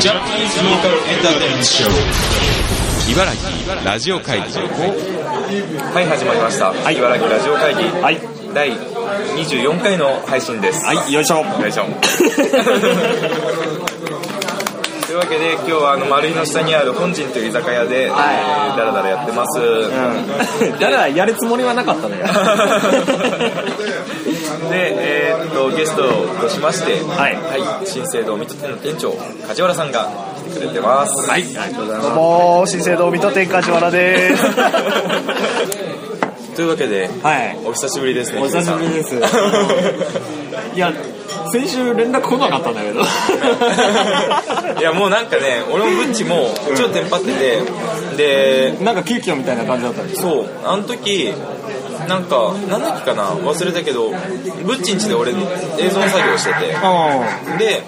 ジャパニーズローカルエンターテインメントショー茨城ラジオ会議はい始まりました、茨城ラジオ会議、はい第24回の配信ですはいよいしょよいし ょというわけで今日はあの丸井の下にある本陣という居酒屋で、えーダラダラやってます、うん、だから やるつもりはなかったのよで、えーっとゲストとしまして、はい新生堂水戸店の店長梶原さんが来てくれてますはいありがとうございまもう新生堂水戸天梶原です すというわけではいお久しぶりですねお久しぶりですいや先週連絡来なかったんだけど いやもうなんかね俺もブッチも超テンパっててで なんか急遽みたいな感じだったんですそうあの時なんか何だっけかな忘れたけどブッチんちで俺映像の作業しててあで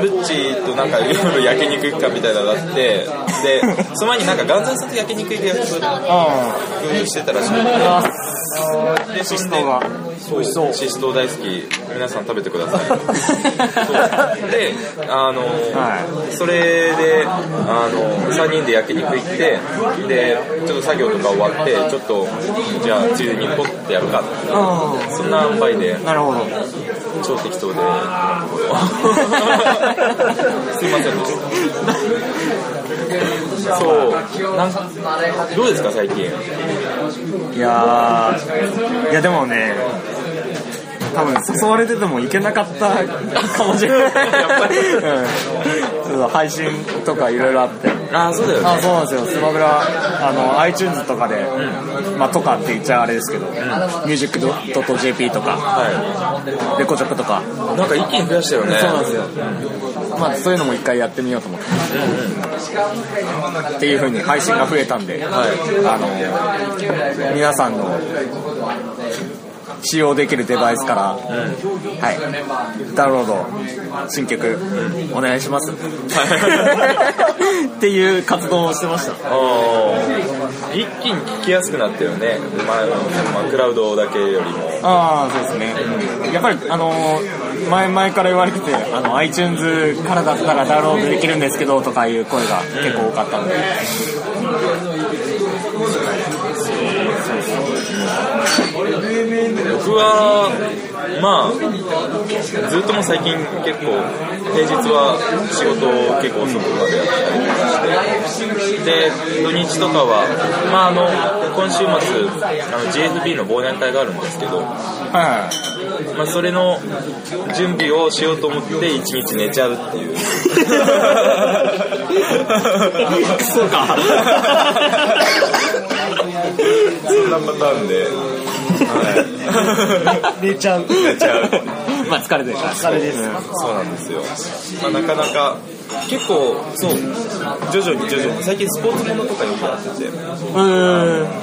ブッチとなんかいろいろ焼肉行くかみたいなのがあってでその前になんかガンザンさんと焼肉行く約束あしてたらしくてでそしてがそうシシトウ大好き皆さん食べてくださいそうであの、それであの3人で焼肉行ってでちょっと作業とか終わってちょっとじゃあついでにポッてやるかってあそんな塩梅でなるほ ど超適当で今のところはすいま せんでしたそうなんどうですか最近いやーいやでもね多分誘われててもいけなかったかもしれないやっぱりうん、そうそう配信とかいろいろあってああそうだよねあそうなんですよスマブラあの iTunes とかで、まあ、とかって言っちゃあれですけど、ミュージックドット JP とかはレコチョクとか、いなんか一気に増やしたよねそうなんですよ、まあ、そういうのも一回やってみようと思って、っていうふうに配信が増えたんで、あの皆さんの使用できるデバイスから、はい、ダウンロード新曲お願いします、 っていう活動をしてましたあー一気に聞きやすくなったよね前の、まあ、クラウドだけよりもああそうですねやっぱりあのー前々から言われててあの iTunes からだったらダウンロードできるんですけどとかいう声が結構多かったので、僕はまあずっともう最近結構平日は仕事を結構遅くまでやってたりとかしてで土日とかはまああの今週末あの GFB の忘年会があるんですけど、はまあ、それの準備をしようと思って一日寝ちゃうっていういクソかそんなパターンで、はい寝ちゃう寝ちゃうまあ疲れてる疲れですそうなんですよ、まあ、なかなか結構そう徐々に徐々に最近スポーツものとかよくやっててうん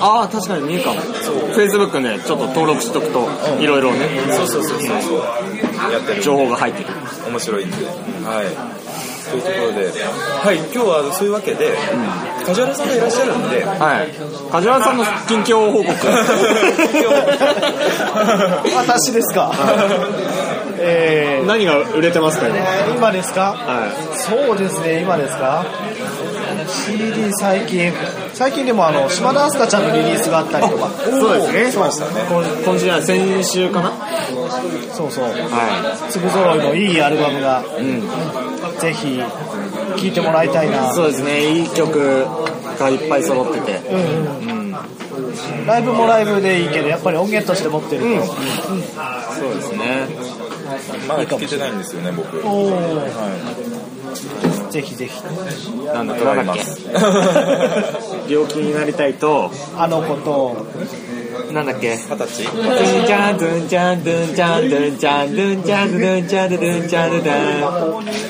ああ確かに見えるかも Facebook ねちょっと登録しとくといろいろねそうそうそうそうそうやってる情報が入ってくる面白いんではいというところではい今日はそういうわけで、梶原さんがいらっしゃるんではい梶原さんの近況報告 私ですか、え何が売れてますか今ー、今ですか、そうですね今ですか CD 最近最近でもあの島田明日香ちゃんのリリースがあったりとかそうですねそうしたね今今週は先週かなはそうそうい粒揃いのいいアルバムが、ぜひ聴いてもらいたいなそうですねいい曲がいっぱい揃っててライブもライブでいいけどやっぱり音源として持ってると、そうですねまだ聞けてないんですよね 僕おお、ぜひぜひなんだなんだっけ 病気になりたいとあの子となんだっけ二十歳ドゥンチャンドゥンチャンドゥンチャンドゥンチャンドゥンチャンドゥンチャンドゥンチャンドゥンチャ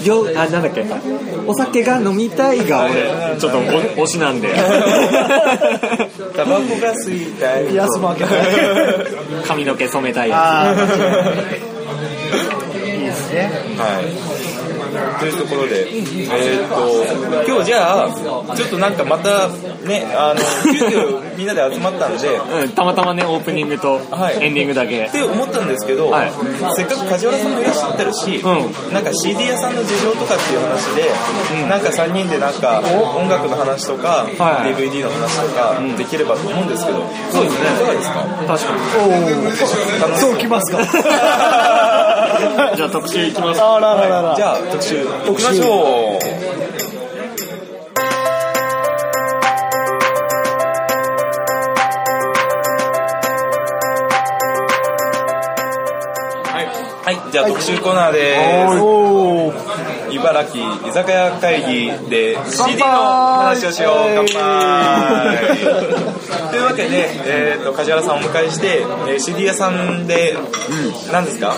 ンよあなんだっけお酒が飲みたいが俺ちょっとお推しなんでタバコが吸いたい 安も明けて髪の毛染めたいやああいいですですね。はい。というところで、えーっと、今日じゃあ、ちょっとなんかまた、ね、あの、急遽みんなで集まったんで、うん、たまたまね、オープニングとはいエンディングだけっ。て思ったんですけど、はいせっかく梶原さんもいらっしゃってるし、うなんか CD 屋さんの事情とかっていう話で、なんか3人でなんか音楽の話とか、はい DVD の話とかできればと思うんですけど、そうですねいかがですか確かおお、そうきますか。に。じゃあ特集いきます。あらららら。じゃあ特集行きましょうはい、はい、じゃあ特集コーナーでーすおお、茨城居酒屋会議で CD の話をしよう乾乾杯杯というわけで、えー、と梶原さんをお迎えして、えー CD 屋さんで、何ですか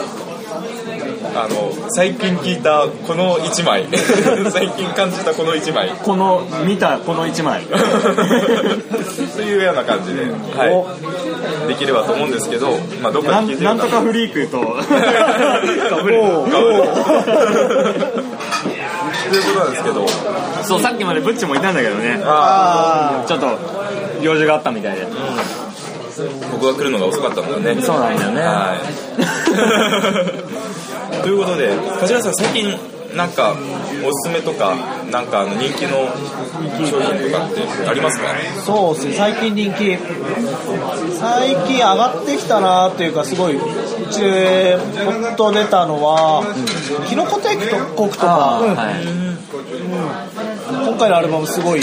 あの最近聞いたこの1枚 最近感じたこの1枚 この、見たこの1枚。というような感じで、はい、できればと思うんですけど、まあ、どっかなで聞いんてるなんとかフリークと、かぶれお ーということなんですけどそう、さっきまでブッチもいたんだけどね。あちょっと、用事があったみたいで。僕が来るのが遅かったんだねそうなんだよねはい。 ということで、梶原さん、最近、なんか、おすすめとか、なんか、あの人気の商品とかってありますかーそうですね。最近人気。最近上がってきたなというか、すごい。うちでポッと出たのは、キノコテイクとコクとか、うんはい。今回のアルバムすごい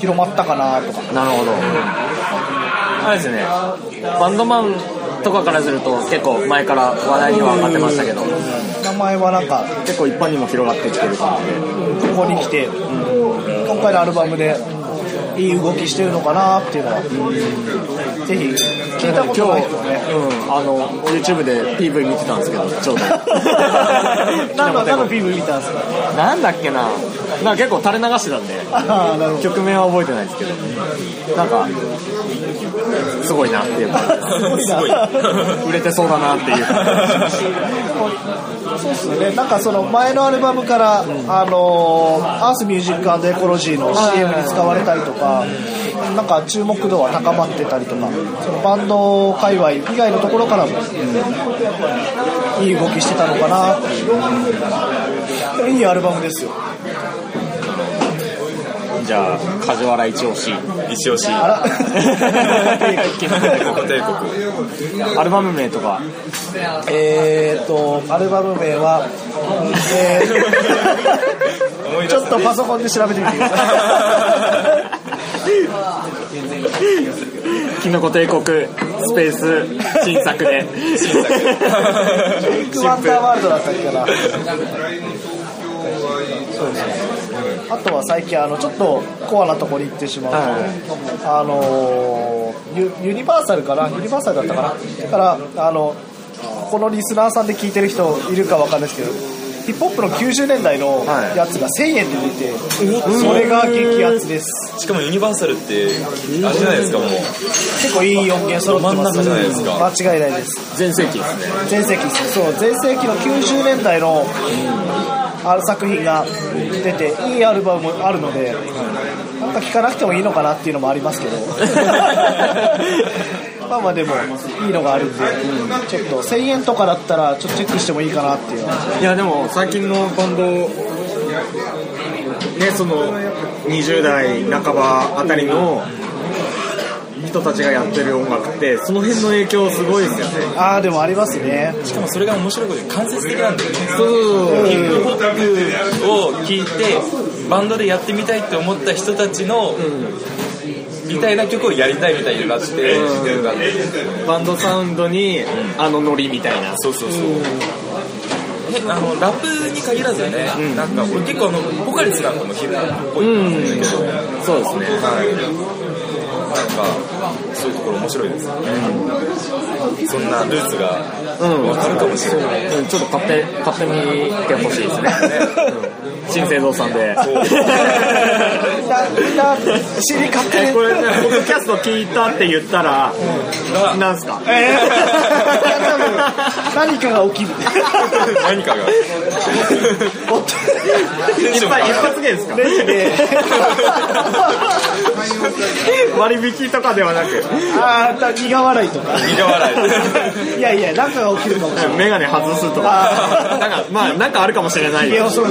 広まったかなとか。なるほど。あれですね、バンドマンとかからすると結構前から話題には上がってましたけど、名前はなんか、結構一般にも広がってきてる感じで。ここに来て、今回のアルバムでいい動きしてるのかなっていうのは、ぜひ聞いたことない人は ねうん、あの YouTube で PV 見てたんですけどちょうど何の何の PV 見たんですかなんだっけななんか結構垂れ流してたんで ああなるほど曲名は覚えてないですけどなんかすごいなっていう感じすすごごいい。なです売れてそうだなっていう感じそうっすよねなんかその前のアルバムから、あのーアースミュージックエコロジーの CM に使われたりとかなんか注目度は高まってたりとかそのバンド界隈以外のところからも、いい動きしてたのかなっていう、いいアルバムですよじゃあ梶原一押 し一押し。あら帝国。アルバム名とかえーっとアルバム名は、思えいー、出ちせょっとパソコンで調べてみてくださいキノコ帝国スペース新作でビッグワンダーワールドだったっけな。そうですね。あとは最近あのちょっとコアなところに行ってしまうと、はいあのーユユニバーサルかなユニバーサルだったかなからあのこのリスナーさんで聞いてる人いるかわかんないですけど。ヒップホップの90年代のはいやつが1000円で出て、それが激アツですしかもユニバーサルって、あれじゃないですか、もう。結構いい音源揃ってます真ん中じゃないですか間違いないです全盛期ですね全盛期ですねそう全盛期の90年代のある作品が出ていいアルバムもあるのでなんか聴かなくてもいいのかなっていうのもあります けどまあまあでもいいのがあるんでちょっと1000円とかだったらちょっとチェックしてもいいかなっていう いやでも最近のバンドねその20代半ばあたりの人たちがやってる音楽ってその辺の影響すごいですよねああでもありますねしかもそれが面白いことに間接的なんだよね。そうそうヒップホップを聴いて、バンドでやってみたいって思った人たちの、みたいな曲をやりたいみたいになって、そうバンドサウンドにあのノリみたいなそうそうそう。ねあのラップに限らずね、なんか俺結構あのボカリスなんかもヒップホップっぽいんですけど、なんかそうですねそういうところ面白いです、そんなルーツがうんわかるかもしれない。うんちょっと買って買ってみてほしいですねうん新生堂さんでみんなみんな知りかけ これね、ポッドキャスト聞いたって言ったら、なんすか多分何かが起きる。何かがおっと一発芸ですかレジで、割引とかではなくあー、苦笑いとか。苦笑いいやいや、何かが起きるかもし れない。メガネ外すとあかなんかまあなんかあるかもしれない髭をよ剃る。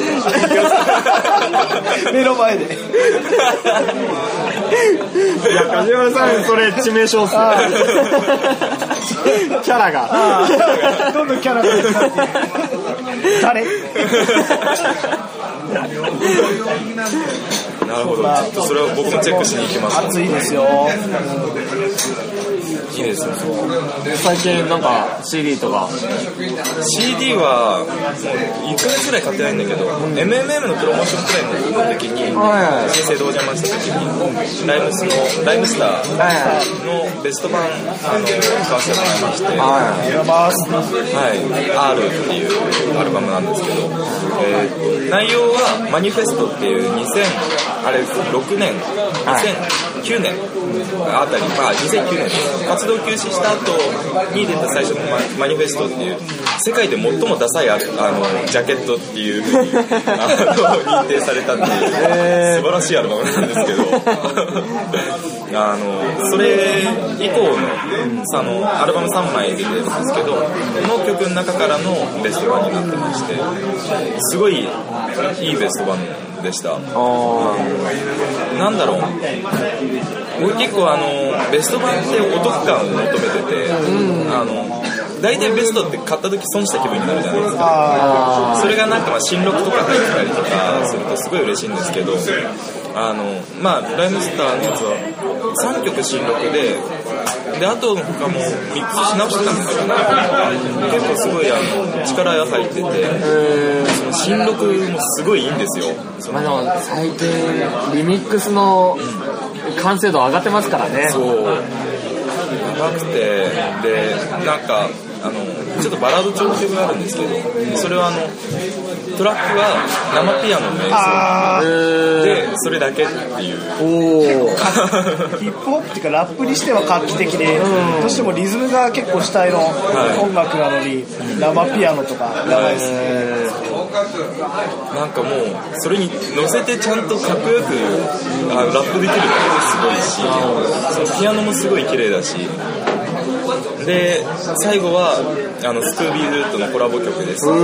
目の前で。いや梶原さんそれ致命傷っすよキャラがどんどんキャラが出てくる誰なるほどちょっとそれを僕もチェックしに行きます暑いですよ。いいですね最近なんか CD とか CD はもう1ヶ月ぐらい買ってないんだけど、MMM のプロモーションプライムの時に、はい人生堂邪魔した時にライムスのライムスターのベスト版あの買わせてもらいまして、はいやばーす。はい、R っていうアルバムなんですけど、えーと内容は「マニフェスト」っていう2000あれ6年2009年あたり、まあ、2009年です活動休止した後に出た最初のマ「マニフェスト」っていう世界で最もダサいあるあのジャケットっていうふうにあの認定されたっていう素晴らしいアルバムなんですけど あのそれ以降のさあのアルバム3枚出てるんですけどの曲の中からのベスト版になってましてすごいいいベスト版でしたなんだろう僕結構あのベスト版ってお得感を求めてて、あの大体ベストって買った時損した気分になるじゃないですかそれがなんかまあ新録とか入ってたりとかするとすごい嬉しいんですけどあのまあライムスターのやつは3曲新録でであと他もミックスし直してたんですよね結構すごいあの力が入っててその新録もすごいいいんですよまあでも最近リミックスの完成度上がってますからねそうやばくてでなんかあのちょっとバラード調の曲があるんですけどそれはあのトラックは生ピアノの演あ奏でそれだけっていうーヒップホップっていうかラップにしては画期的で、どうしてもリズムが結構主体の音楽なのに、生ピアノとか、やばいですね。なんかもうそれに乗せてちゃんとかっこよくあのラップできるってすごいしそのピアノもすごい綺麗だしで最後はあのスクービー・ルートのコラボ曲ですごい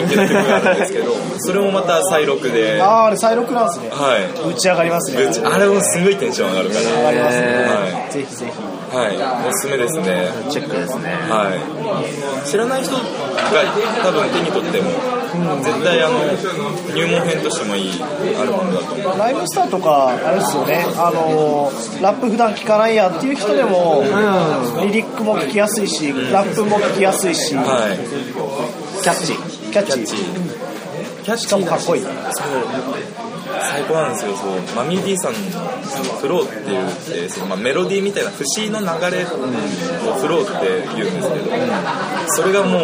人気の曲があるんですけどそれもまた再録ではあー、あれ、再録なんですね。い打ち上がりますね。ぶちあれもすごいテンション上がるから上がりますはね。ぜひぜひ。い、はい、おすすめですねチェックですねはい、知らない人が多分手に取っても、絶対あの入門編としてもいいアルバムだと思う。ライブスターとか、あれですよね、あのーラップ普段聞かないやっていう人でも、リリックも聞きやすいし、ラップも聞きやすいし、はい、キャッチ。キャッチ。キャッチしかもかっこいい。最高なんですよそうマミー D さんの「フロー」っていう、えーそのまあ、メロディーみたいな節の流れを「フロー」って言うんですけどそれがもう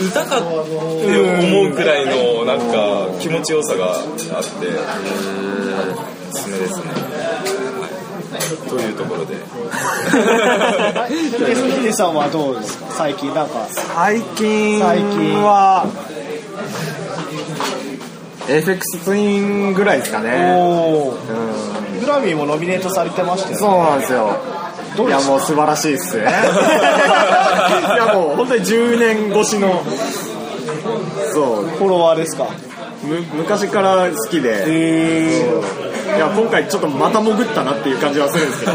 う歌かって思うくらいのなんか気持ちよさがあっておすすめですね、はい、というところでヒデさんはどうですか最近なんか、最近最近は FX ツインぐらいですかねおうーんグラミーもノミネートされてましたよね。そうなんですよいやもう素晴らしいっ すねいやもう本当に10年越しのそうフォロワーですかむ昔から好きで、そういや今回ちょっとまた潜ったなっていう感じはするんですけど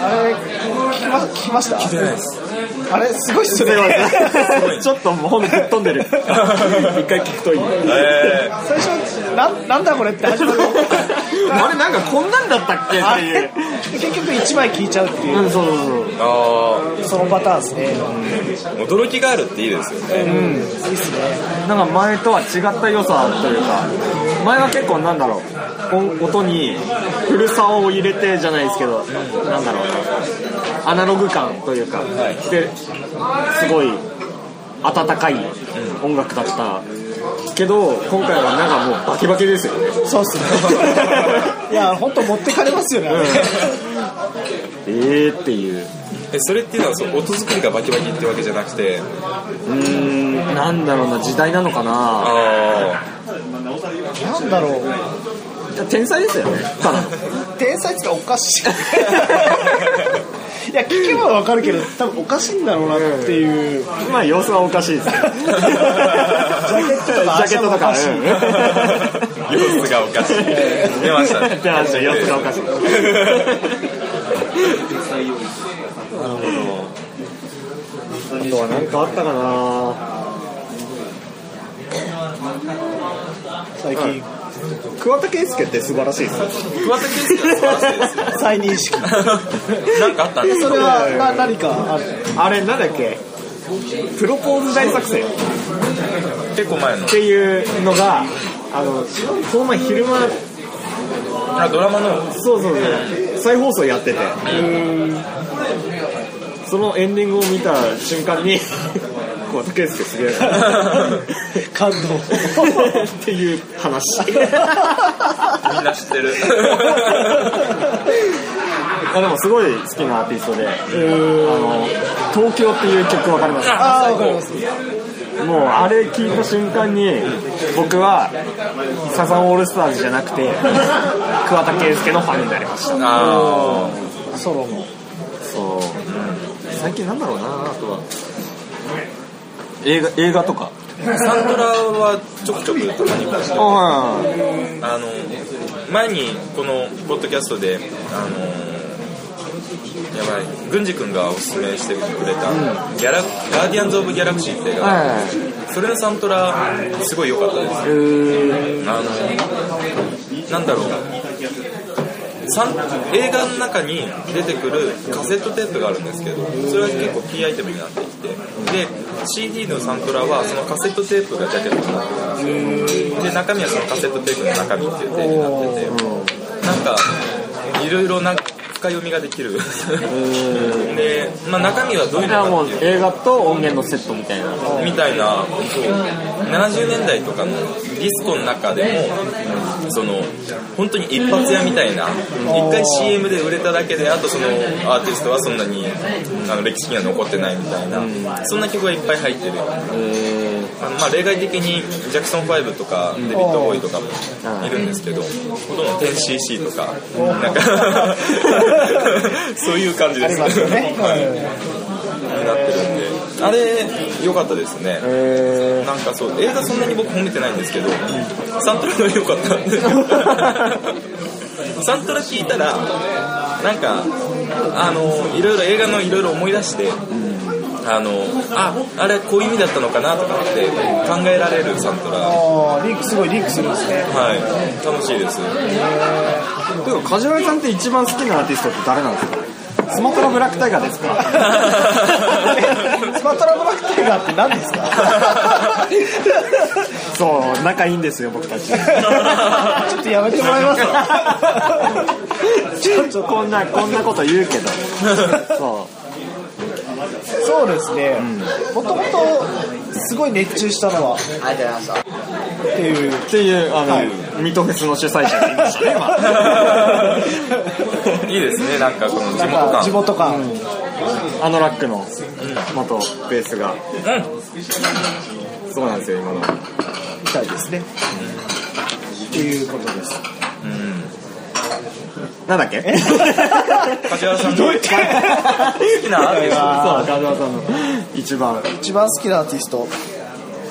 あれ、聞きま聞きました聞いてないです。あれ、すごいっすね。ちょっともうほんとぶっ飛んでる 一回聞くといいえー最初、なんなんだこれって始まる。あれなんかこんなんだったっけあっていう結局1枚聞いちゃうっていう、うんそうそうそうあそのパターンですね。ー驚きがあるっていいですよねいいっすね。なんか前とは違った良さというか前は結構なんだろう音音に古さを入れてじゃないですけどなんだろうアナログ感というか、ですごい温かい音楽だったけど今回はなんかもうバキバキですよねそうっすね。いや、本当持ってかれますよね。えーっていうえそれっていうのはそう音作りがバキバキってわけじゃなくてなんだろうな時代なのかなあなんだろう天才ですよねただの天才っておかしいいや聞けばわかるけど多分おかしいんだろうなっていうジまあ様子はおかしいですよジャケットとかャケットとか足もおかしいあ様子がおかしい出ましたね出ました様子がおかしいあとは何かあったかな最近桑田佳祐って素晴らしいです桑田佳祐が素晴らしいですね再認識なんかあったんですそかれはな何かあるあれなんだっけプロポーズ大作戦っ結構前のていうのがあのこの前昼間あドラマのそうそうそう再放送やっててそのエンディングを見た瞬間に 桑田佳祐すげ えな感動っていう話みんな知って るあでもすごい好きなアーティストで「あの東京」っていう曲わかりますああわかりますもうあれ聞いた瞬間に僕はサザンオールスターズじゃなくて桑田佳祐のファンになりましたあソロもそう最近なんだろうなあとは映画映画とかあサントラはちょくちょくたまに聞いてあああの前にこのポッドキャストであのやばい郡司君がおすすめしてくれた「ギャラガーディアンズ・オブ・ギャラクシー」って映画がはそれのサントラすごい良かったですいうんあのなんだろうサン映画の中に出てくるカセットテープがあるんですけどそれは結構キーアイテムになっていてで CD のサントラはそのカセットテープがジャケットになってるんですよで中身はそのカセットテープの中身っていう定義になっててなんかいろいろなんか深読みができるで、まあ、中身はどういうのあかもっうていう映画と音源のセットみたいなみたいな70年代とかのディスコの中でもその本当に一発屋みたいな一回 CM で売れただけであとそのアーティストはそんなにあの歴史には残ってないみたいなそんな曲がいっぱい入ってるあのまあ例外的にジャクソン5とかデビッド・ボーイとかもいるんですけどほとんど 10cc とかなんか そういう感じあでりすますよねはいに なってるんであれ良かったですねなんかそう映画そんなに僕褒めてないんですけどサントラが良かったん でサントラ聞いたらなんかあのいろいろ映画のいろいろ思い出してあのああれこういう意味だったのかなとかって考えられるサントラあーリンクすごいリンクするんですねはい楽しい ですていうか梶原さんって一番好きなアーティストって誰なんですかスマトラブラックタイガーですかスマトラブラックタイガーって何です かそう仲いいんですよ僕 たちちょっとやめてもらいますちょっとこんなこんなこと言うけど そそうですねもともとすごい熱中したのはっていううっていうあの、はいミトフェスの主催者がいましたねいいですねなんかこの地なん元か感 地元感今あのラックの元ベースが、そうなんですよ今のみたいですねっていうことですなんだっけ梶原さんの好きなアーティストそう、川島さんの一番。一番好きなアーティスト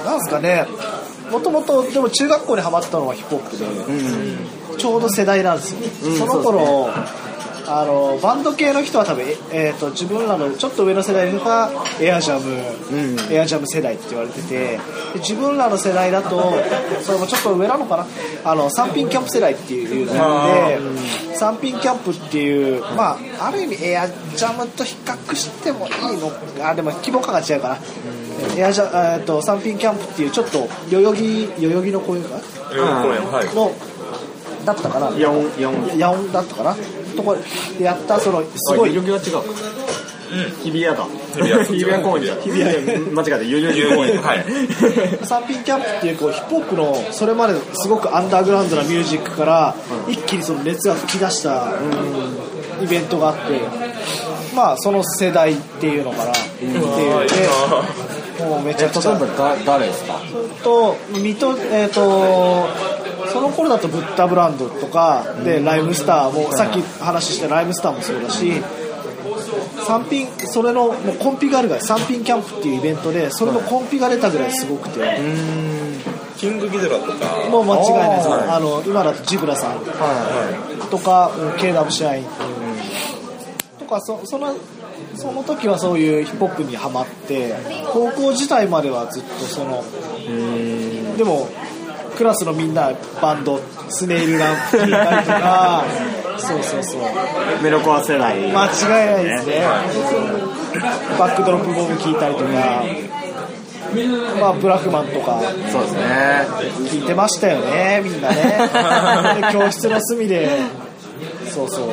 なんですかねもともとでも中学校にハマったのはヒップホップで、ちょうど世代なんですよ、その頃あのバンド系の人は多分、ええーと自分らのちょっと上の世代がエアジャム、エアジャム世代って言われててで自分らの世代だとそれもちょっと上なのかなあの三品キャンプ世代っていうのがいるんで三品キャンプっていう、まあ、ある意味エアジャムと比較してもいいのあでも規模感が違うかな、エアジャえー、と三品キャンプっていうちょっと代々木代々木の公園かな公演はいのだったかな四四。ヤオンだったかなとこでやったそのすごい代々木は違うか。日比谷だ。日日比比谷谷公公園園じゃじんゃん。日比谷、間違えた、代々木公園。 はいサンピンキャンプっていうこうヒップホップのそれまですごくアンダーグラウンドなミュージックから一気にその熱が吹き出したイベントがあってまあその世代っていうのかなっていうのでもうめちゃくちゃだ誰ですかと水戸えっ、とその頃だとブッダブランドとかでライムスターもさっき話したライムスターもそうだし三品それのもうコンピがあるぐらい三品キャンプっていうイベントでそれのコンピが出たぐらいすごくてキングギドラとかもう間違いないですあの今だとジブラさんとかうん KW 社員とかそそのその時はそういうヒップホップにはまって高校時代まではずっとそのでもクラスのみんなバンドスネイルランプ聴いたりとかそうそうそうメロコア世代間違いないですねバックドロップボム聴いたりとかまあブラフマンとかそうですね聞いてましたよねみんな ねで教室の隅でそうそう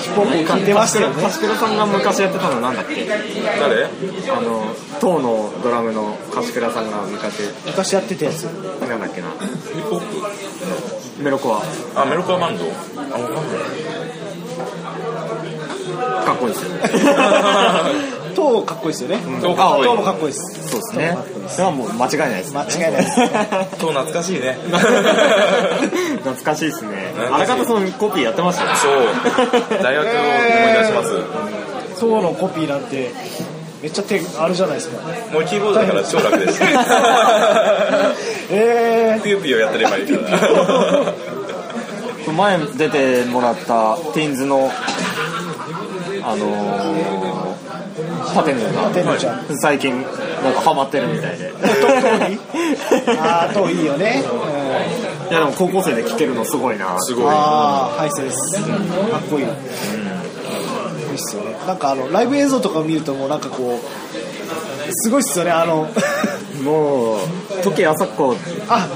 ヒップホ ップを聞いてましたよねカ シペラさんが昔やってたのなんだっけ誰あの当のドラムのカシペラさんが昔昔やってたや つなんだっけなヒップホップメロコアあメロコアバンドあわかんないかっこいいですよね塔かっこいいですよねそうか塔もかっこいいです そうですねそれはもう間違いないです間違いないですそう懐かしい ね懐かしいですねあらかたそのコピーやってましたよそう大学を思い出します、塔のコピーなんてめっちゃ手あるじゃないですかもうキーボードだから超楽ですえーピューピューやってればいいから前出てもらったティーンズのあのー、パテンジパテンョジョンが最近なんかハマってるみたいで あー塔いいよね、うんいやでも高校生で聴けるのすごいなすごいああハイセンスかっこいい、いいっすよねなんかあのライブ映像とかを見るともうなんかこうすごいっすよねあの もう時あさこあ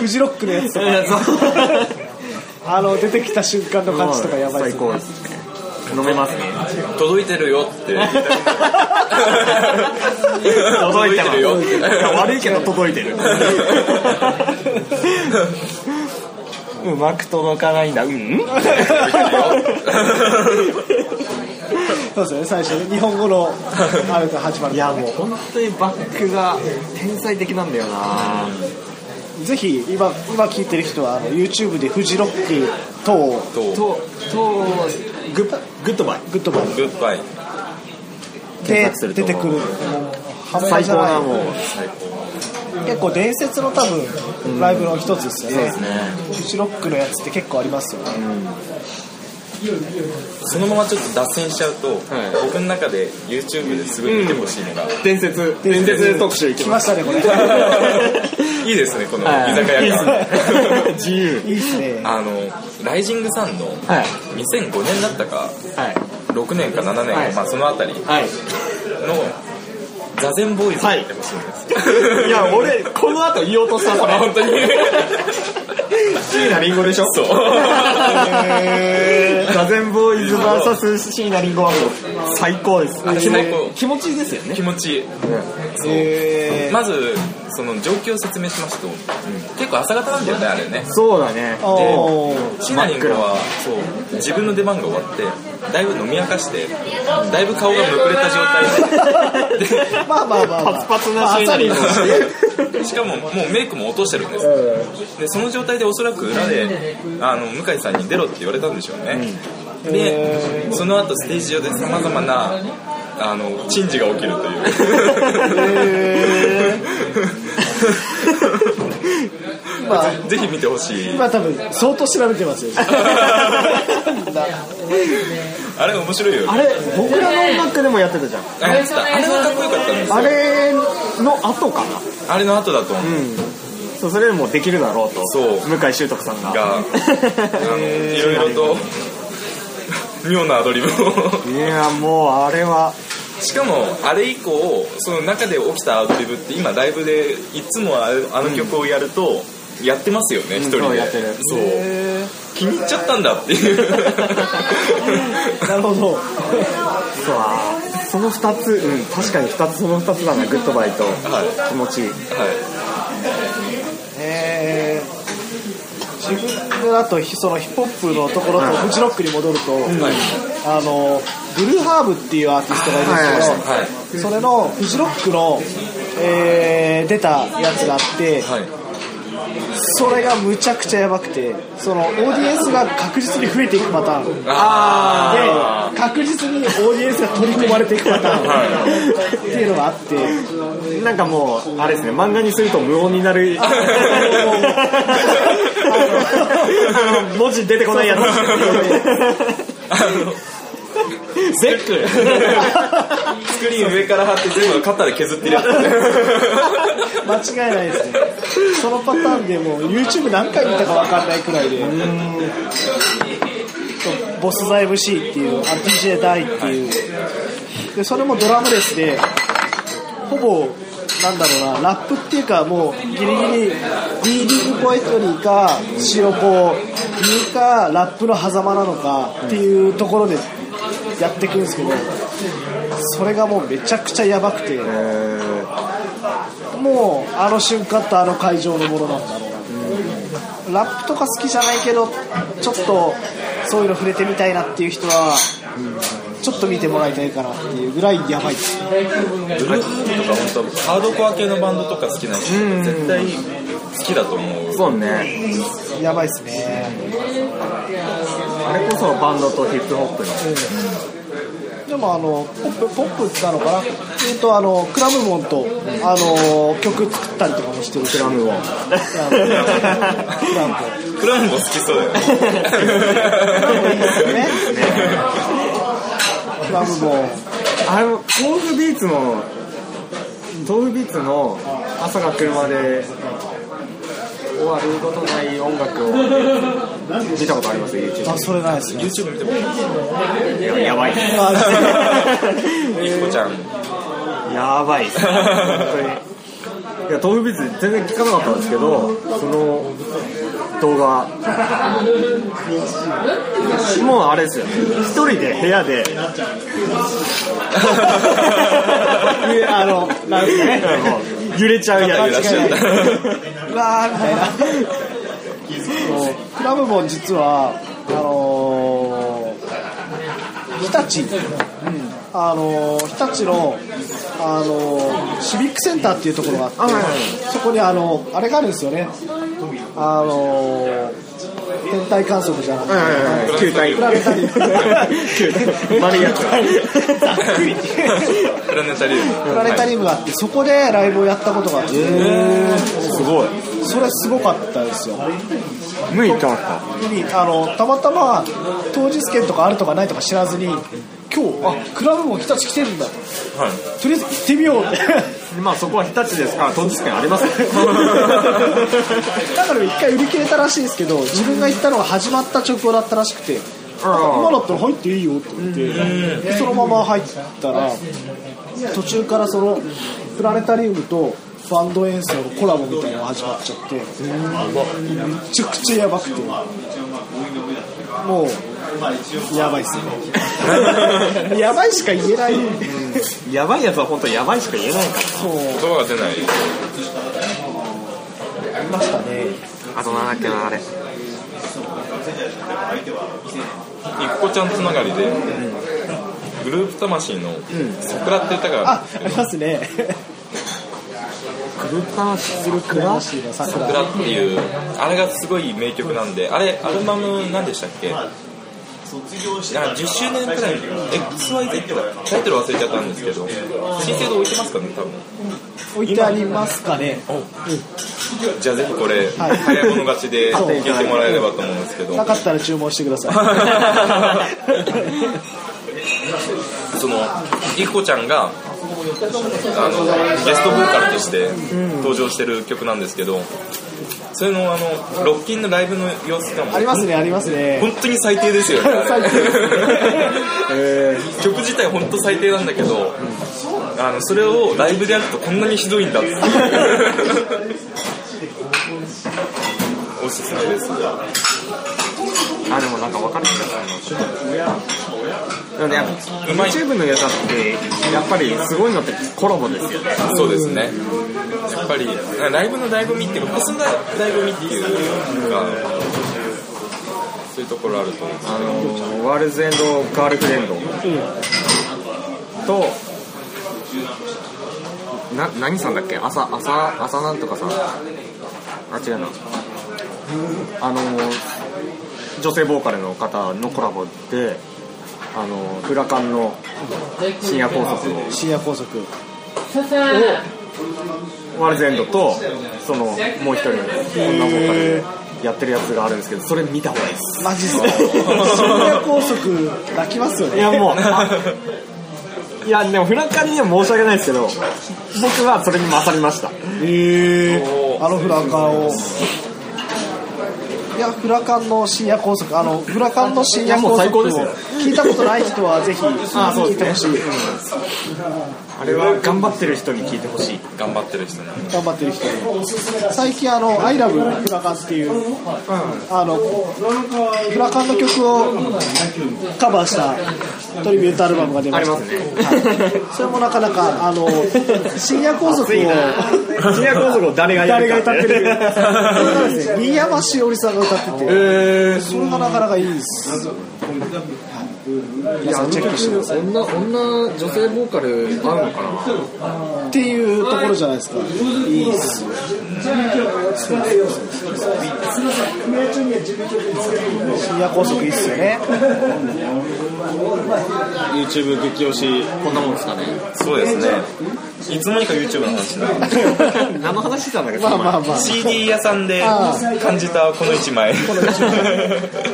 フジロックのやつとか あの出てきた瞬間の感じとかやばい最っす高ねですね飲めますね届いてるよって言いたい届いてるよ届いてるよ悪いけど届いて るうまく届かないんだうんそうですよね最初ね日本語のあれが始まるいやもう本当にバックが天才的なんだよなぜひ今今聞いてる人はあの YouTube でフジロック等をととグッグッドバイグッドバイグッバイで検索すると出てくるもう半端最じゃ高ないなもう結構伝説の多分ライブの一つですよね,、ねフジロックのやつって結構ありますよね、そのままちょっと脱線しちゃうと、僕の中で YouTube ですごい見てほしいのが、 伝説伝説特集いき来まますしたね これいいですねこのはい居酒屋が いいっすね 自由いいっすねあのライジングサンのはい2005年だったかはい6年か7年か、はいまあ、そのあたりのはい座禅ボーイズを見てほしいんです、いや俺この後言おうとしたそれ本当に椎名林檎でしょそう座禅ボーイズ VS 椎名林檎はもう最高ですあれ気持最高気持ちいいですよね気持ちいいそうまずその状況を説明しますと、結構朝方なんだよねあれねそうだねおーシナリングはそう自分の出番が終わってだいぶ飲み明かしてだいぶ顔がむくれた状態でまあまあまあ、まあ、パツパツな椎まあ朝に名林檎しかももうメイクも落としてるんですでその状態でおそらく裏であの向井さんに出ろって言われたんでしょうね、でその後ステージ上でさまざまなあの珍事が起きるという今 ぜひ見てほしい今多分相当調べて ますよあれ面白いよあれ僕らの音楽でもやってたじゃんあれあれはかっこよかったんですよあれの後かなあれの後だと思うそうそれでもできるだろうとそう向井秀徳さんが があのいろいろと妙なアドリブをいやもうあれはしかもあれ以降その中で起きたアドリブって今ライブでいつもあれあの曲をやるとやってますよね一、人そうでやってるそう気に入っちゃったんだっていうなるほどそうあーその2つうん確かに2つその2つだなグッドバイとは気持ちいいい、えー自分曲だとそのヒップホップのところとフジロックに戻ると、あのブルーハーブっていうアーティストがいるんですけど、それのフジロックの、えー出たやつがあって、それがむちゃくちゃやばくてそのオーディエンスが確実に増えていくパターンあで確実にオーディエンスが取り込まれていくパターンっていうのがあってなんかもう、あれですね、漫画にすると無音にな る。あの文字出てこないやつ。ゼックスクリーン上から貼って全部カッターで削ってるやつ間違いないですねそのパターンでもう YouTube 何回見たか分かんないくらいでそうボスザ MC っていうあ DJ 大っていうでそれもドラムレスでほぼなんだろうなラップっていうかもうギリギリリーディングポエトリーか白ポにかラップの狭間なのかっていうところでやっていくんですけどそれがもうめちゃくちゃやばくて。もうあの瞬間とあの会場のものなんだろうな、ラップとか好きじゃないけどちょっとそういうの触れてみたいなっていう人は、ちょっと見てもらいたいかなっていうぐらいやばいですブルーハーブとか本当ハードコア系のバンドとか好きな人絶対好きだと思うそうね。やばいですねあれこそバンドとヒップホップの。でもあのポップポップなのかなっていうとあのクラムモンと、あの曲作ったりとかもしてるクラムモン ククララムモンンボ好きそうだよねいいですよねクラムモンあれも、豆腐ビーツの、豆腐ビーツの朝が来るまで終わることない音楽を見たことあります ?YouTube。あそれないですね YouTube や ばいです。 いっこちゃんやばいっす本当にいや豆腐ビーツ全然聞かなかったんですけどその動画もうあれですよ一人で部屋で あのなんですかねもう 揺れちゃうやいらっつしゃったうわーみたいなそうクラブも実はあのー、日立、あのー、日立の、あのーシビックセンターっていうところがあってそこにあのあれがあるんですよねあのー天体観測じゃなくて、 球体プラネタリウム球体丸いやつプラネタリウムプラネタリウムがあってそこでライブをやったことがあってすごいそれすごかったですよ無理行ってなかっにあのたまたま当日券とかあるとかないとか知らずに今日あクラブも日立来てるんだとはいとりあえず行ってみようって たまあそこは日立ですから当日券あります ねだから一回売り切れたらしいんですけど自分が行ったのが始まった直後だったらしくて今だったら入っていいよって言ってでそのまま入ったら途中からそのプラネタリウムとバンド演奏のコラボみたいなのが始まっちゃってめちゃくちゃやばくてもうやばいっす ねやばいしか言えないやばいやつは本当やばいしか言えないから言葉が出ないありましたねあとなんだっけなあれいっこちゃんつながりでグループ魂の「ソクラ」って歌があるあありますねグループ話するクラらスしい「なソク桜ラ」っていうあれがすごい名曲なんであれアルバム何でしたっけあ10周年くらい XYZ だタイトル忘れちゃったんですけど新生堂置いてますかね多分置いてありますかねじゃあぜひこれ、はい早い者勝ちで聞いてもらえればと思うんですけどなかったら注文してくだ さそのいっこちゃんがあのゲストボーカルとして登場してる曲なんですけど、それのあのロッキンのライブの様子がもいありますねありますね本当に最低ですよねあれ 最低 ですね曲自体本当最低なんだけど、あのそれをライブでやるとこんなにひどいんだっていう おすすめですあでもなんか分かるんじゃないのでもねうまい YouTube のやつだってやっぱりすごいのってコラボですよねそうですね。やっぱりライブの醍醐味っていうか、フェスの醍醐味っていうか、いうところあると思うんですあのワールズエンドガールフレンド、とな何さんだっけ朝朝朝なんとかさんあ違うなあの女性ボーカルの方のコラボであのフラカンの深夜拘束を深夜拘束ワールズエンドとそのもう一人の女ボーカルでやってるやつがあるんですけどそれ見た方がいいですマジっすか深夜拘束泣きますよねいやもうあいやでもフラカンには申し訳ないですけど僕はそれに勝りましたへえあのフラカンをいやフラカンの深夜拘束あのフラカンの深夜拘いやも束うを最高聞いたことない人はぜひ聞いてほしい、あれは頑張ってる人に聞いてほしい頑張ってる人ね頑張ってる人に最近あの「ILOVE フラカン」っていう、あのフラカンの曲をカバーしたトリビュートアルバムが出ましたはいそれもなかなかあの深夜拘束を深夜高速を誰がや 誰るかが歌ってるそれがですね新山しおりさんが歌ってて、それがなかなかいいです、はい、皆さんチェックしてください女女女性ボーカル合うのかなっていうところじゃないですかいいですよ深夜拘束いいっすよね YouTube 激推しこんなもんですかね そうですねいつもにか YouTube の話になる生話してたんだけどまあまあまあ CD 屋さんで感じたこの1枚まあ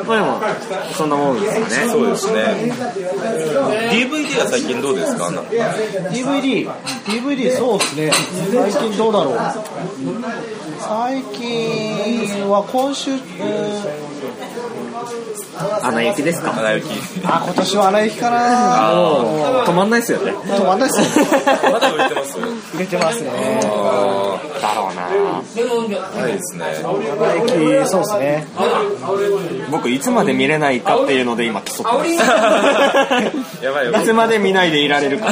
でもそんなもんですよねそうですね DVD は最近どうですかなんか DVD、DVD そうですね。最近どうだろう。最近は今週、うーんアナ雪ですか花雪あ今年は穴行きかな。止まんないっすよ ね止まんないっすね。まだ浮いてます入れてますね。あだろうなあないですね穴行きそうですね。僕いつまで見れないかっていうので今競って やばいやばますいいつまで見ないでいられるか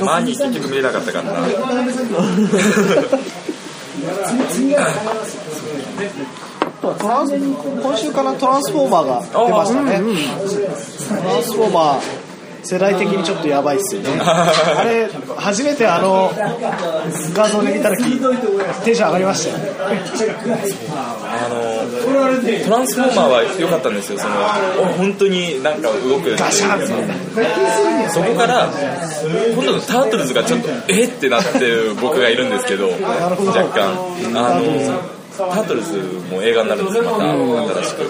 マーニー結局見れなかったからなトランス今週からトランスフォーマーが出ましたね。トランスフォーマー世代的にちょっとやばいっすよね。あれ初めてあの画像で見た時テンション上がりましたよ。あのトランスフォーマーは良かったんですよそのお本当になんか動くガシャンって。そこから今度のタートルズがちょっとえってなってる僕がいるんですけどるほど若干あのタートルズも映画になるんですまた新しく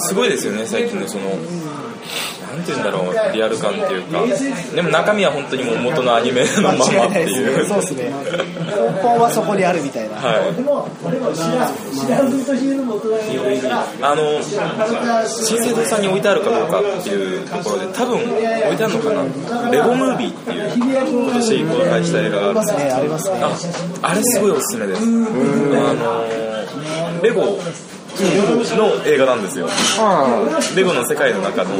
すごいですよね最近のそのなんて言うんだろうリアル感っていうかでも中身は本当にもう元のアニメのままって間違いないいでうすね。そうですね。根本はそこにあるみたいな。はい。あの、新生堂さんに置いてあるかどうかっていうところで、多分置いてあるのかな、レゴムービーっていう、今年公開した映画があるんでありますすね、ありますね。ああれすごいおすすめです。あのレゴの映画なんですよ。レゴの世界の中の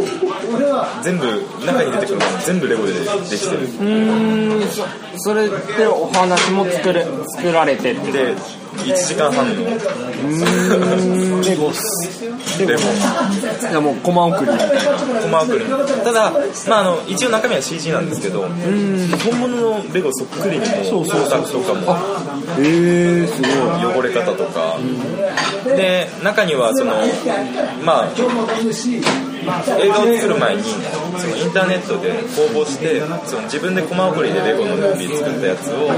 全部中に出てくるのが全部レゴでできてる。それでお話も作れ作られてってで1時間半のレゴっす。レゴレゴ。いやもうコマ送りコマ送りただ、まあ、あの一応中身は CG なんですけど本物のレゴそっくりにもう光沢とかもすごい汚れ方とかで中にはそのまあ映画を作る前にそのインターネットで公募してその自分でコマ送りでレゴのムービー作ったやつを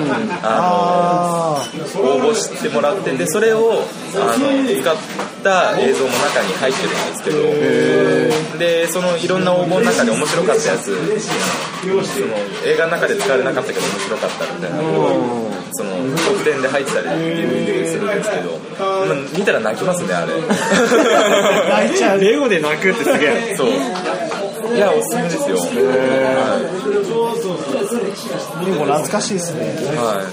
ああの応募してもらってでそれをあの使った映像も中に入ってるんですけど。でそのいろんな応募の中で面白かったやつその映画の中で使われなかったけど面白かったみたいなのをその特典で入ってたり DVD するんですけど、まあ見たら泣きますねあれあ。泣いちゃう。レゴで泣くってすげえそういやおすすめですよはレゴ懐かしいですね。い、はい、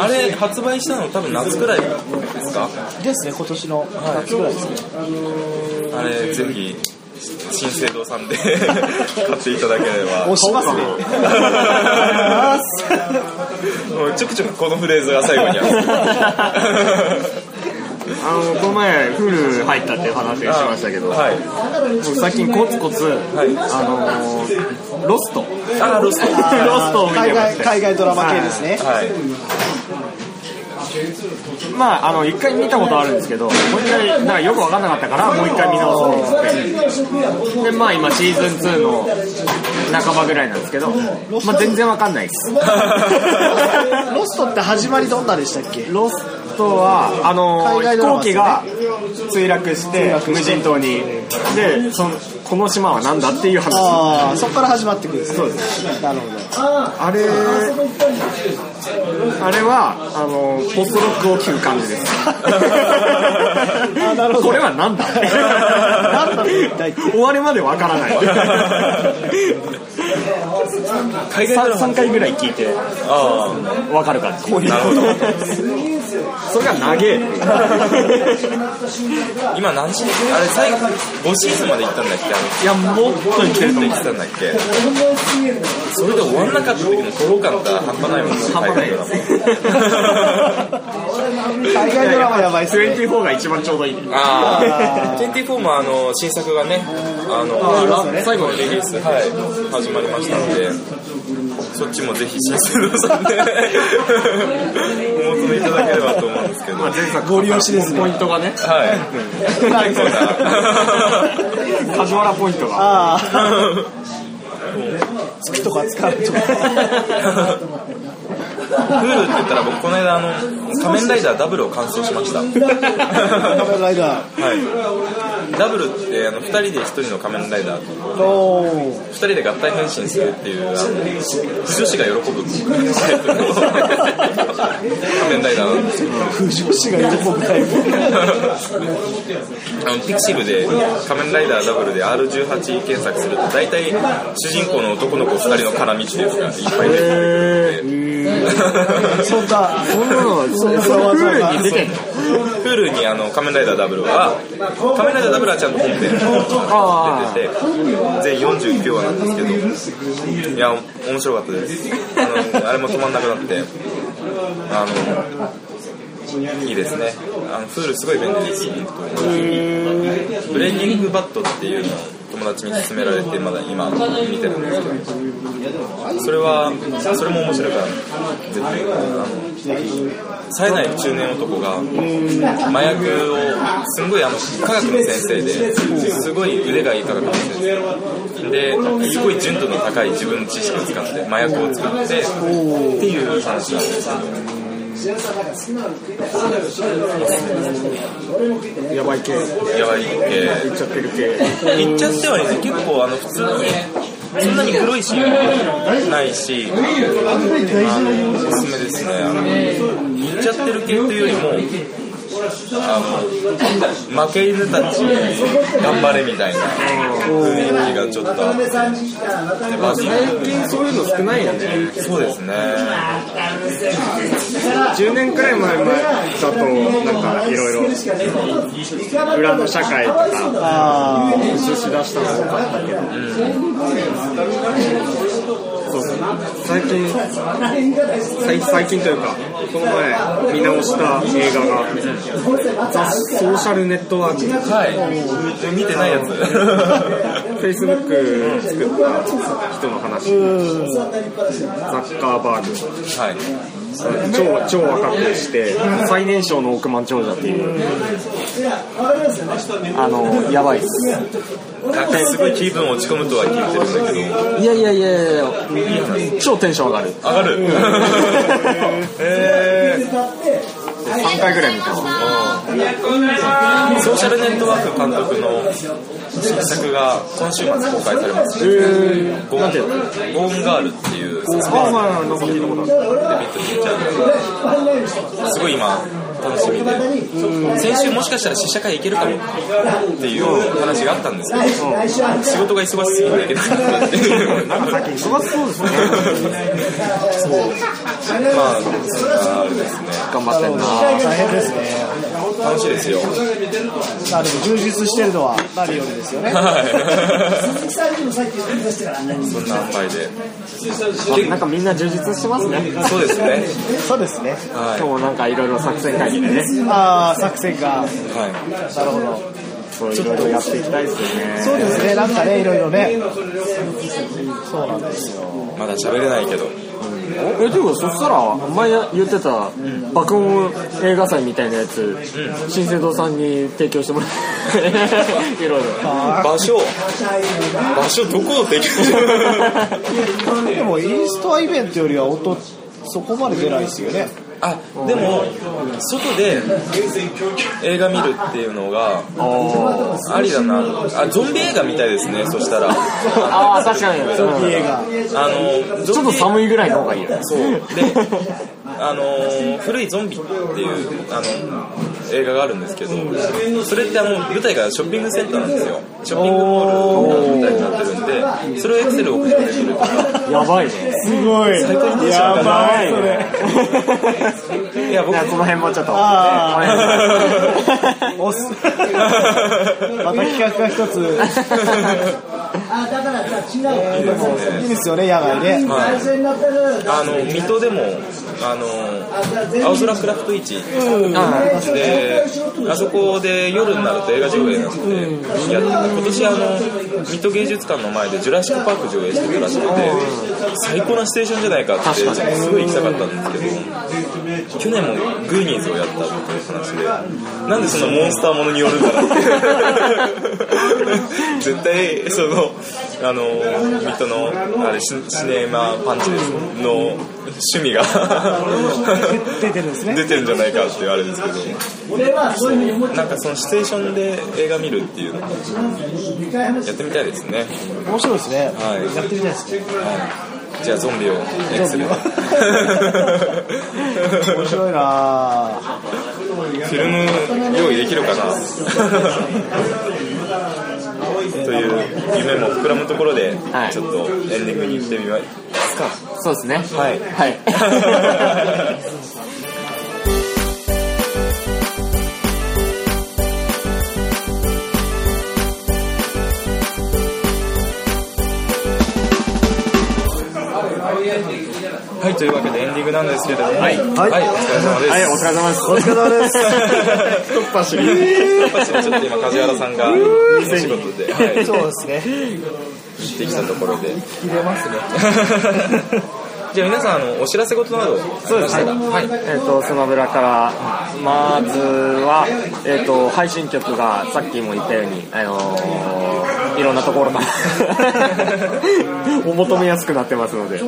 あれ発売したの多分夏くらいですかですね、今年の夏ぐらいですね。あれぜひ新生堂さんで 買っていただければ押しますね。もうちょくちょくこのフレーズが最後にあるあのこの前フル入ったっていう話をしましたけど、はい僕最近コツコツ、あのーロストあロスト ロストを見海てま外す海外ドラマ系ですね。はいまああの一回見たことあるんですけどもう一回なんかよく分かんなかったからもう一回見直そうと思ってでまあ今シーズン2の半ばぐらいなんですけど、まあ、全然分かんないですロストって始まりどんなでしたっけ？ロストはあの海外飛ドラ行マです機よねが墜落して無人島にでそのこの島は何だっていう話ああ、そこから始まってくるんですね。なるほど。あれあれはあのポストロックを聞く感じですあなるほどこれは何だなんだろう一体終わりまでわからない海外ドラマ 3, 回ぐらい聞いてあわかる感じあなるほどそれが長え今何シーズンあれ最後5シーズンまで行ったんだっけあのいやもっといけるとで思きうてたんだっけそれで終わんなかった時のとろ感が半端ないもんね半端ない海外ドラよマ海外ドラマやばいっす ね。 24が一番ちょうどいいああ24もあの新作がねあのそうですね最後のリリース、はい、始まりましたのでそっちもぜひ新作さんでお求めいただければと思うんですけどはいご利用しですポイね。ントがね結構なカジュアラポイントがああ。月とか使う とか。フールって言ったら僕この間あの仮面ライダーダブルを完走しました仮面ライダー。はい、ダブルってあの2人で1人の仮面ライダーとおー2人で合体変身するっていうあの女子が喜ぶタイプの仮面ライダーなんですけど不女子が喜ぶタイプ。あのピクシブで仮面ライダーダブルで R18 検索すると大体主人公の男の子2人の絡みっていうのがいっぱい出てそんな、そんなの、そんなざわざわ。出てんのフールにあの仮面ライダーダブルは仮面ライダーダブルはちゃんと本編出てて全49話なんですけどいや面白かったですあのあれも止まんなくなってあのいいですねあのフールすごい便利ですブレイキングバットっていうのを友達に勧められてまだ今見てるんですけどそれはそれも面白いから絶対あの冴えない中年男が麻薬をすんごいあの科学の先生ですごい腕がいい科学の先生ですごい純度の高い自分の知識を使って麻薬を使ってっていう話なんですよやばい系やばいってちゃってる系言っちゃってはいない結構あの普通にそんなに黒いシーンもないしあのおすすめですねあの言っちゃってる系というよりもあの負け犬たち頑張れみたいな雰囲気がちょっとあってバズそういうの少ないよねそうですね10年くらい前前だとなんかいろいろ裏の社会とかあ映し出したの多かったけど、そう最近最最近というかこの前見直した映画が「ザ・ソーシャルネットワーク」はい見てないやつは Facebook 作った人の話ザッカーバーグい超超若くして最年少の億万長者っていうあのやばいっすなんかすごい気分落ち込むとは聞いてるんだけどいやいやいやいや超テンション上がる上がる えー3回ぐらい見たわソーシャルネットワーク監督の新作が今週末公開されます、ゴーンゴーンガールっていうサスペンスあまあなんか聞いたことあるすごい今楽しみで先週もしかしたら試写会行けるかもっていう話があったんですけど仕事が忙しすぎて行けなかったっていうなんか最近忙しそうですねまあそんなあれですね頑張ってんなあ、大変ですね。楽しいですよ。まあでも充実してるのは何よりですよね。はい。木さんにもさっき言ってたから。そんな安排で。なんかみんな充実してますね。そうですね。そうですね。はい。今日もなんかいろいろ作戦会議でね、ああ、作戦が。はい。なるほど。そういろいろやっていきたいですよね。そうですね、なんかね、いろいろね。そうなんですよ。まだ喋れないけど。え、でもそしたら、前言ってた爆音映画祭みたいなやつ、新生堂さんに提供してもらって、い ろいろ。場所。場所どこで提供す るでも、インストアイベントよりは音、そこまで出ないですよね。あ、でも、外で映画見るっていうのが、ありだな。あ、ゾンビ映画みたいですね、そしたら。ああ、確かに。うん映画。あの、ちょっと寒いぐらいの方がいいよ。そうであのー古いゾンビ」っていうあの映画があるんですけどそれってあの舞台がショッピングセンターなんですよショッピングモールみたいになってるんでそれをエクセル送ってくるからやばいね。すごい。やばい、それ。いや僕この辺もちょっと。ああ。おす。また企画が一つ。えーでもいいですよね、野外ね。あの水戸でもあの青空クラフト市であそこで夜になると映画上映なので、やってて今年あの水戸芸術館の前で「ジュラシック・パーク」上映してたらしくて最高なシチュエーションじゃないかってすごい行きたかったんですけど去年もグーニーズをやったっていう話でなんでそのモンスターものによるんだろうって 絶対そのあの水戸のあれシシネマパンチですの趣味が 出てるんですね出てるんじゃないかっていうあれですけどなんかそのシチュエーションで映画見るっていうのやってみたいですね面白いですね。はいやってみたいですね。じゃあゾンビをエクセルで面白いなぁ。フィルム用意できるかなという夢も膨らむところで、はいちょっとエンディングに行ってみますかそうですね。はい はい。はいというわけでエンディングなんですけれどもはい、お疲れ様です、はい、お疲れ様です。お疲れ様です。突破し突破しちょっと今梶原さんがお仕事で、はい、そうですね。行ってきたところで切れますね じゃあ皆さんあのお知らせ事な どそうですねはいえっ、と、スマブラから、まずは、えっ、と、配信局がさっきも言ったように、あのーいろんなところから お求めやすくなってますので、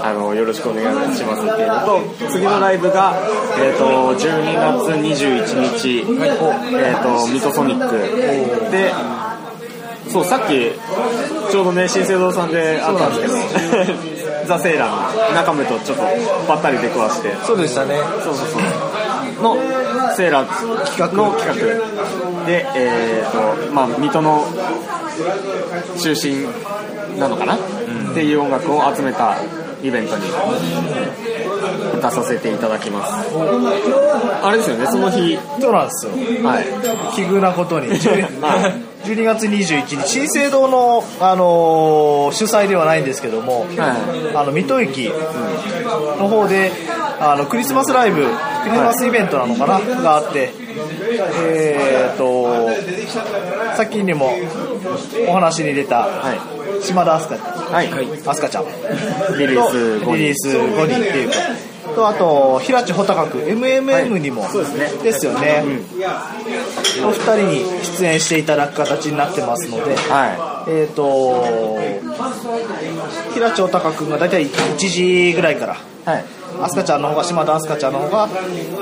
あのよろしくお願いしますっていうのと、次のライブが、えっ、と、12月21日を、えっ、と、ミトソニックで、そう、さっき、ちょうどね、新生堂さんで会ったんですけ ど、ザ・セーラーの中村とちょっとばったり出くわして、そうでしたねそうそうそうのセーラー企画の企画で、えーとまあ、水戸の中心なのかな、っていう音楽を集めたイベントに出させていただきますあれですよねその日そうなんですよ。はい奇遇なことに。はい12月21日、新生堂の、あのー主催ではないんですけども、はあの水戸駅の方であのクリスマスライブ、クリスマスイベントなのかな、があって、えー、とさっきにもお話に出た、島田飛鳥はい、飛鳥ちゃんリリース後リリーにス後にっていうか。とあと平地穂高君 MMM にも、ですよね、お二人に出演していただく形になってますので、はえー、と平地穂高君が大体1時ぐらいからいはい飛鳥ちゃんの方が島田飛鳥ちゃんの方が、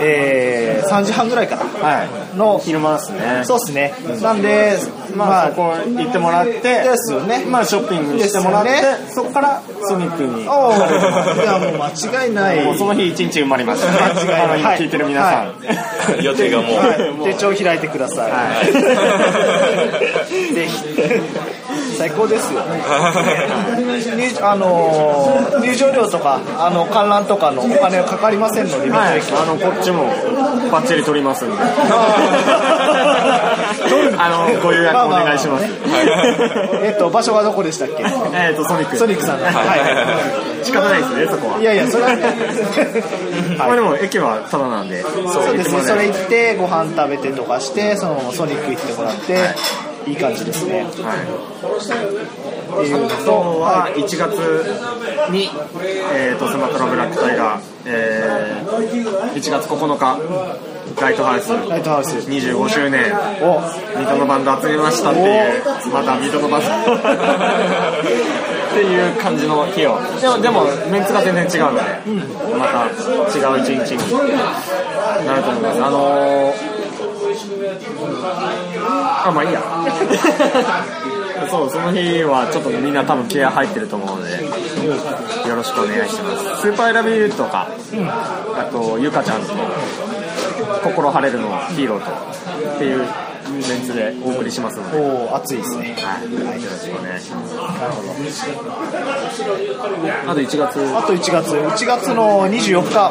えー、3時半ぐらいからはいの、昼間ですねそうですね、なんでままあ、あそこ行ってもらってですよねまあショッピングしてもらって、ですよそこからソニックに おーいやもう間違いないもうその日一日埋まりました。間違いないあの今聞いてる皆さん。予定がもう、はい手帳開いてください、 ぜひ最高ですよ、ね、入あのー入場料とかあの観覧とかのお金かかりませんので、道 のはい駅、あのこっちもバッチリ取りますん であのご予約お願いします、えっと、場所はどこでしたっけえっ、とソニックソニックさんの。は仕方ないですねそこは、い。いやいや、それはね、まあでも駅はただなんでそうですね、それ行って、ご飯食べてとかして、そのままソニック行ってもらって、いい感じですね。はい。っていうの今日と、は1月に、えー、とスマトラブラック隊が、えー、1月9日ライトハウスライトハウス25周年を、水戸のバンド集めましたっていうまた水戸のバンド っていう感じの日をでもでもメンツが全然違うので、また違う一日になると思いますあのー、あまあいいや そうその日はちょっとみんな多分気合入ってると思うのでよろしくお願いしますスーパーエラビーとか、あとゆかちゃんと心晴れるのヒーローとっていうメンツでお送りしますので、おー暑いですね。はい、よろしくお願いしますあと1月はあと1月、1月の24日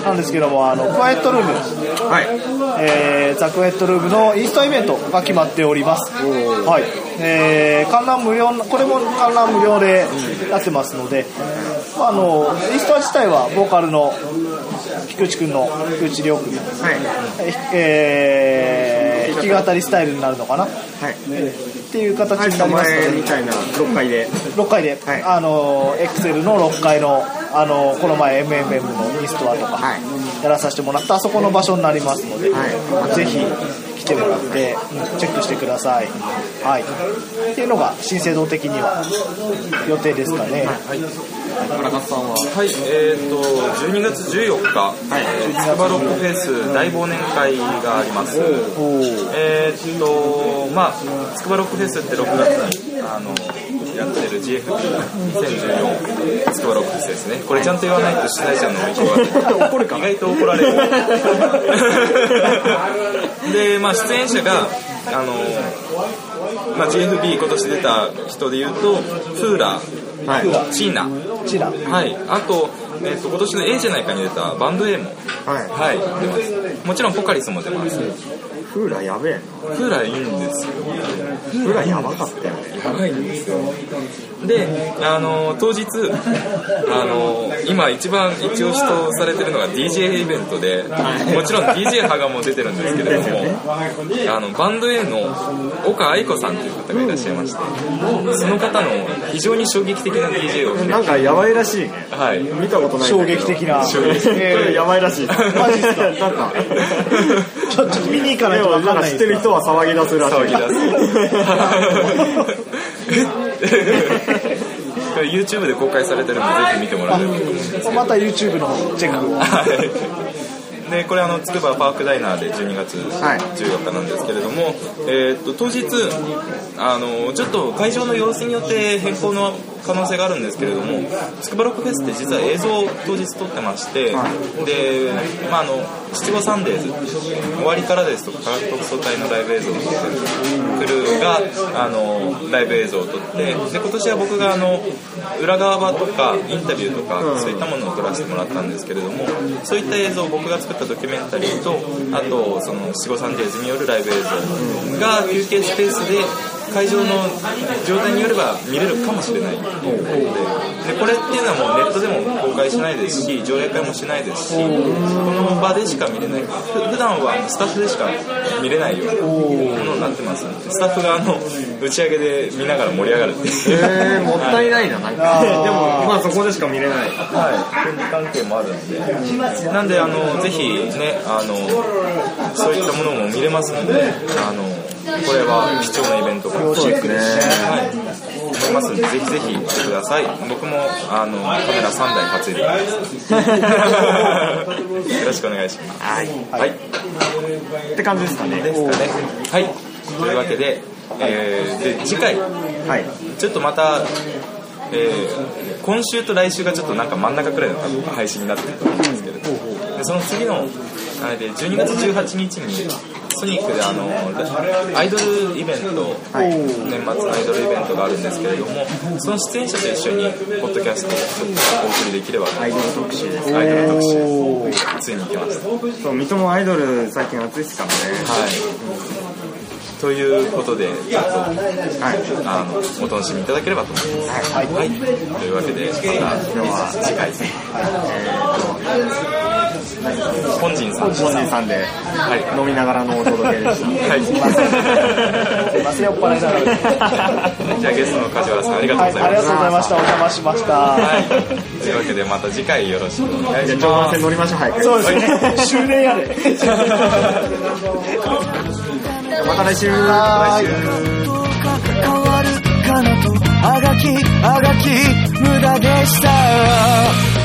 いなんですけども、あの、クワイエットルーム。はいえーザ・クエットルームのインストイベントが決まっております、はいえー観覧無料これも観覧無料でやってますので、まあ、あのインスト自体はボーカルの菊池君の菊池亮君の、えー弾き語りスタイルになるのかな、っていう形になりますので、みたいな6回で6階で、はいあのエクセルの6階のあのこの前 MMM のインストアとかはいやらさせてもらったあそこの場所になりますので、はいぜひ来てもらって、うんチェックしてください、はい、っていうのが新生堂的には予定ですかね、はい、えっ、ー、と、12月14日、はい、スバロックフェス大忘年会があります。えっ、ー、と、まあ、つくばロックフェスって6月に、あの、やってる GFP2014 つくばロックフェスですね。これちゃんと言わないと主催者の意向が意外 と怒られる。 で、まあ、出演者が、あの、まあ、GFB 今年出た人で言うと、フーラー、チーナ、こちらはい、あと,、えっと今年の「A じゃないか」に出たバンド A も、はい出ますもちろんポカリスも出ますフフーラやべえーラーいいんですよなフーラやばかったよねやばいんですよで、あの当日、あの今一番一押しとされてるのが DJ イベントでもちろん DJ 派がもう出てるんですけれどもあのバンド A の岡愛子さんという方がいらっしゃいましてその方の非常に衝撃的な DJ を披露なんかやばいらしいねはい 見たことない衝撃的な衝撃的これえやばいらしいマジっすかなんかーちょっと見に行かないと分かんない知っでてする人は騒ぎ出すらしい騒ぎ 出す これ YouTube で公開されてるんでぜひ見てもらえればと思いますまた YouTube の方チェックをはいでこれあのつくばパークダイナーで12月14日なんですけれども、えーっと当日あのちょっと会場の様子によって変更の可能性があるんですけれどもつくばロックフェスって実は映像を当日撮ってまして、で、まあ、あの七五三デーズ終わりからですとか科学特捜隊のライブ映像を撮ってるクルーがあのライブ映像を撮ってで今年は僕があの裏側とかインタビューとかそういったものを撮らせてもらったんですけれどもそういった映像を僕が作ったドキュメンタリーとあとその七五三デーズによるライブ映像が休憩スペースで会場の状態によれば見れるかもしれないでこれっていうのはもうネットでも公開しないですし上映会もしないですしこの場でしか見れないふ普段はスタッフでしか見れないようなものになってますのでスタッフがあの打ち上げで見ながら盛り上がるっていうえー、もったいないななんかでもまあそこでしか見れないはい、権利関係もあるんで、なんであのぜひねあのそういったものも見れますので、あのこれは貴重なイベントかとそうですねはい、思いますのでぜひぜひ来てください。僕もあのカメラ3台担いで ます。よろしくお願いします。はい、はい、って感じですかねですかね。はい、というわけで、えー、で次回。はいちょっとまた、えー今週と来週がちょっとなんか真ん中くらいの多分配信になってると思うんですけれどでその次のあれで12月18日にソニックであのアイドルイベント、年末のアイドルイベントがあるんですけれどもその出演者と一緒にポッドキャストをちょっとお送りできればアイドル特集ですアイドル特集ですついに行きましたはいそう水戸もアイドル最近熱いっすからねということでちょっと、あのお楽しみいただければと思いますはい、というわけでまた次回本人さん本人さんではい飲みながらのお届けでしたはい。忘れおっぱいだなじゃあゲストの梶原さんありがとうはごい、ざあいりまがしとうございました。お邪魔しました。た。はい。というわけでまた次回よろしくお願いします。常磐線乗りましょう早くそうですね。終電 やで。また来週どうか変わるかなとあがきあがき無駄でした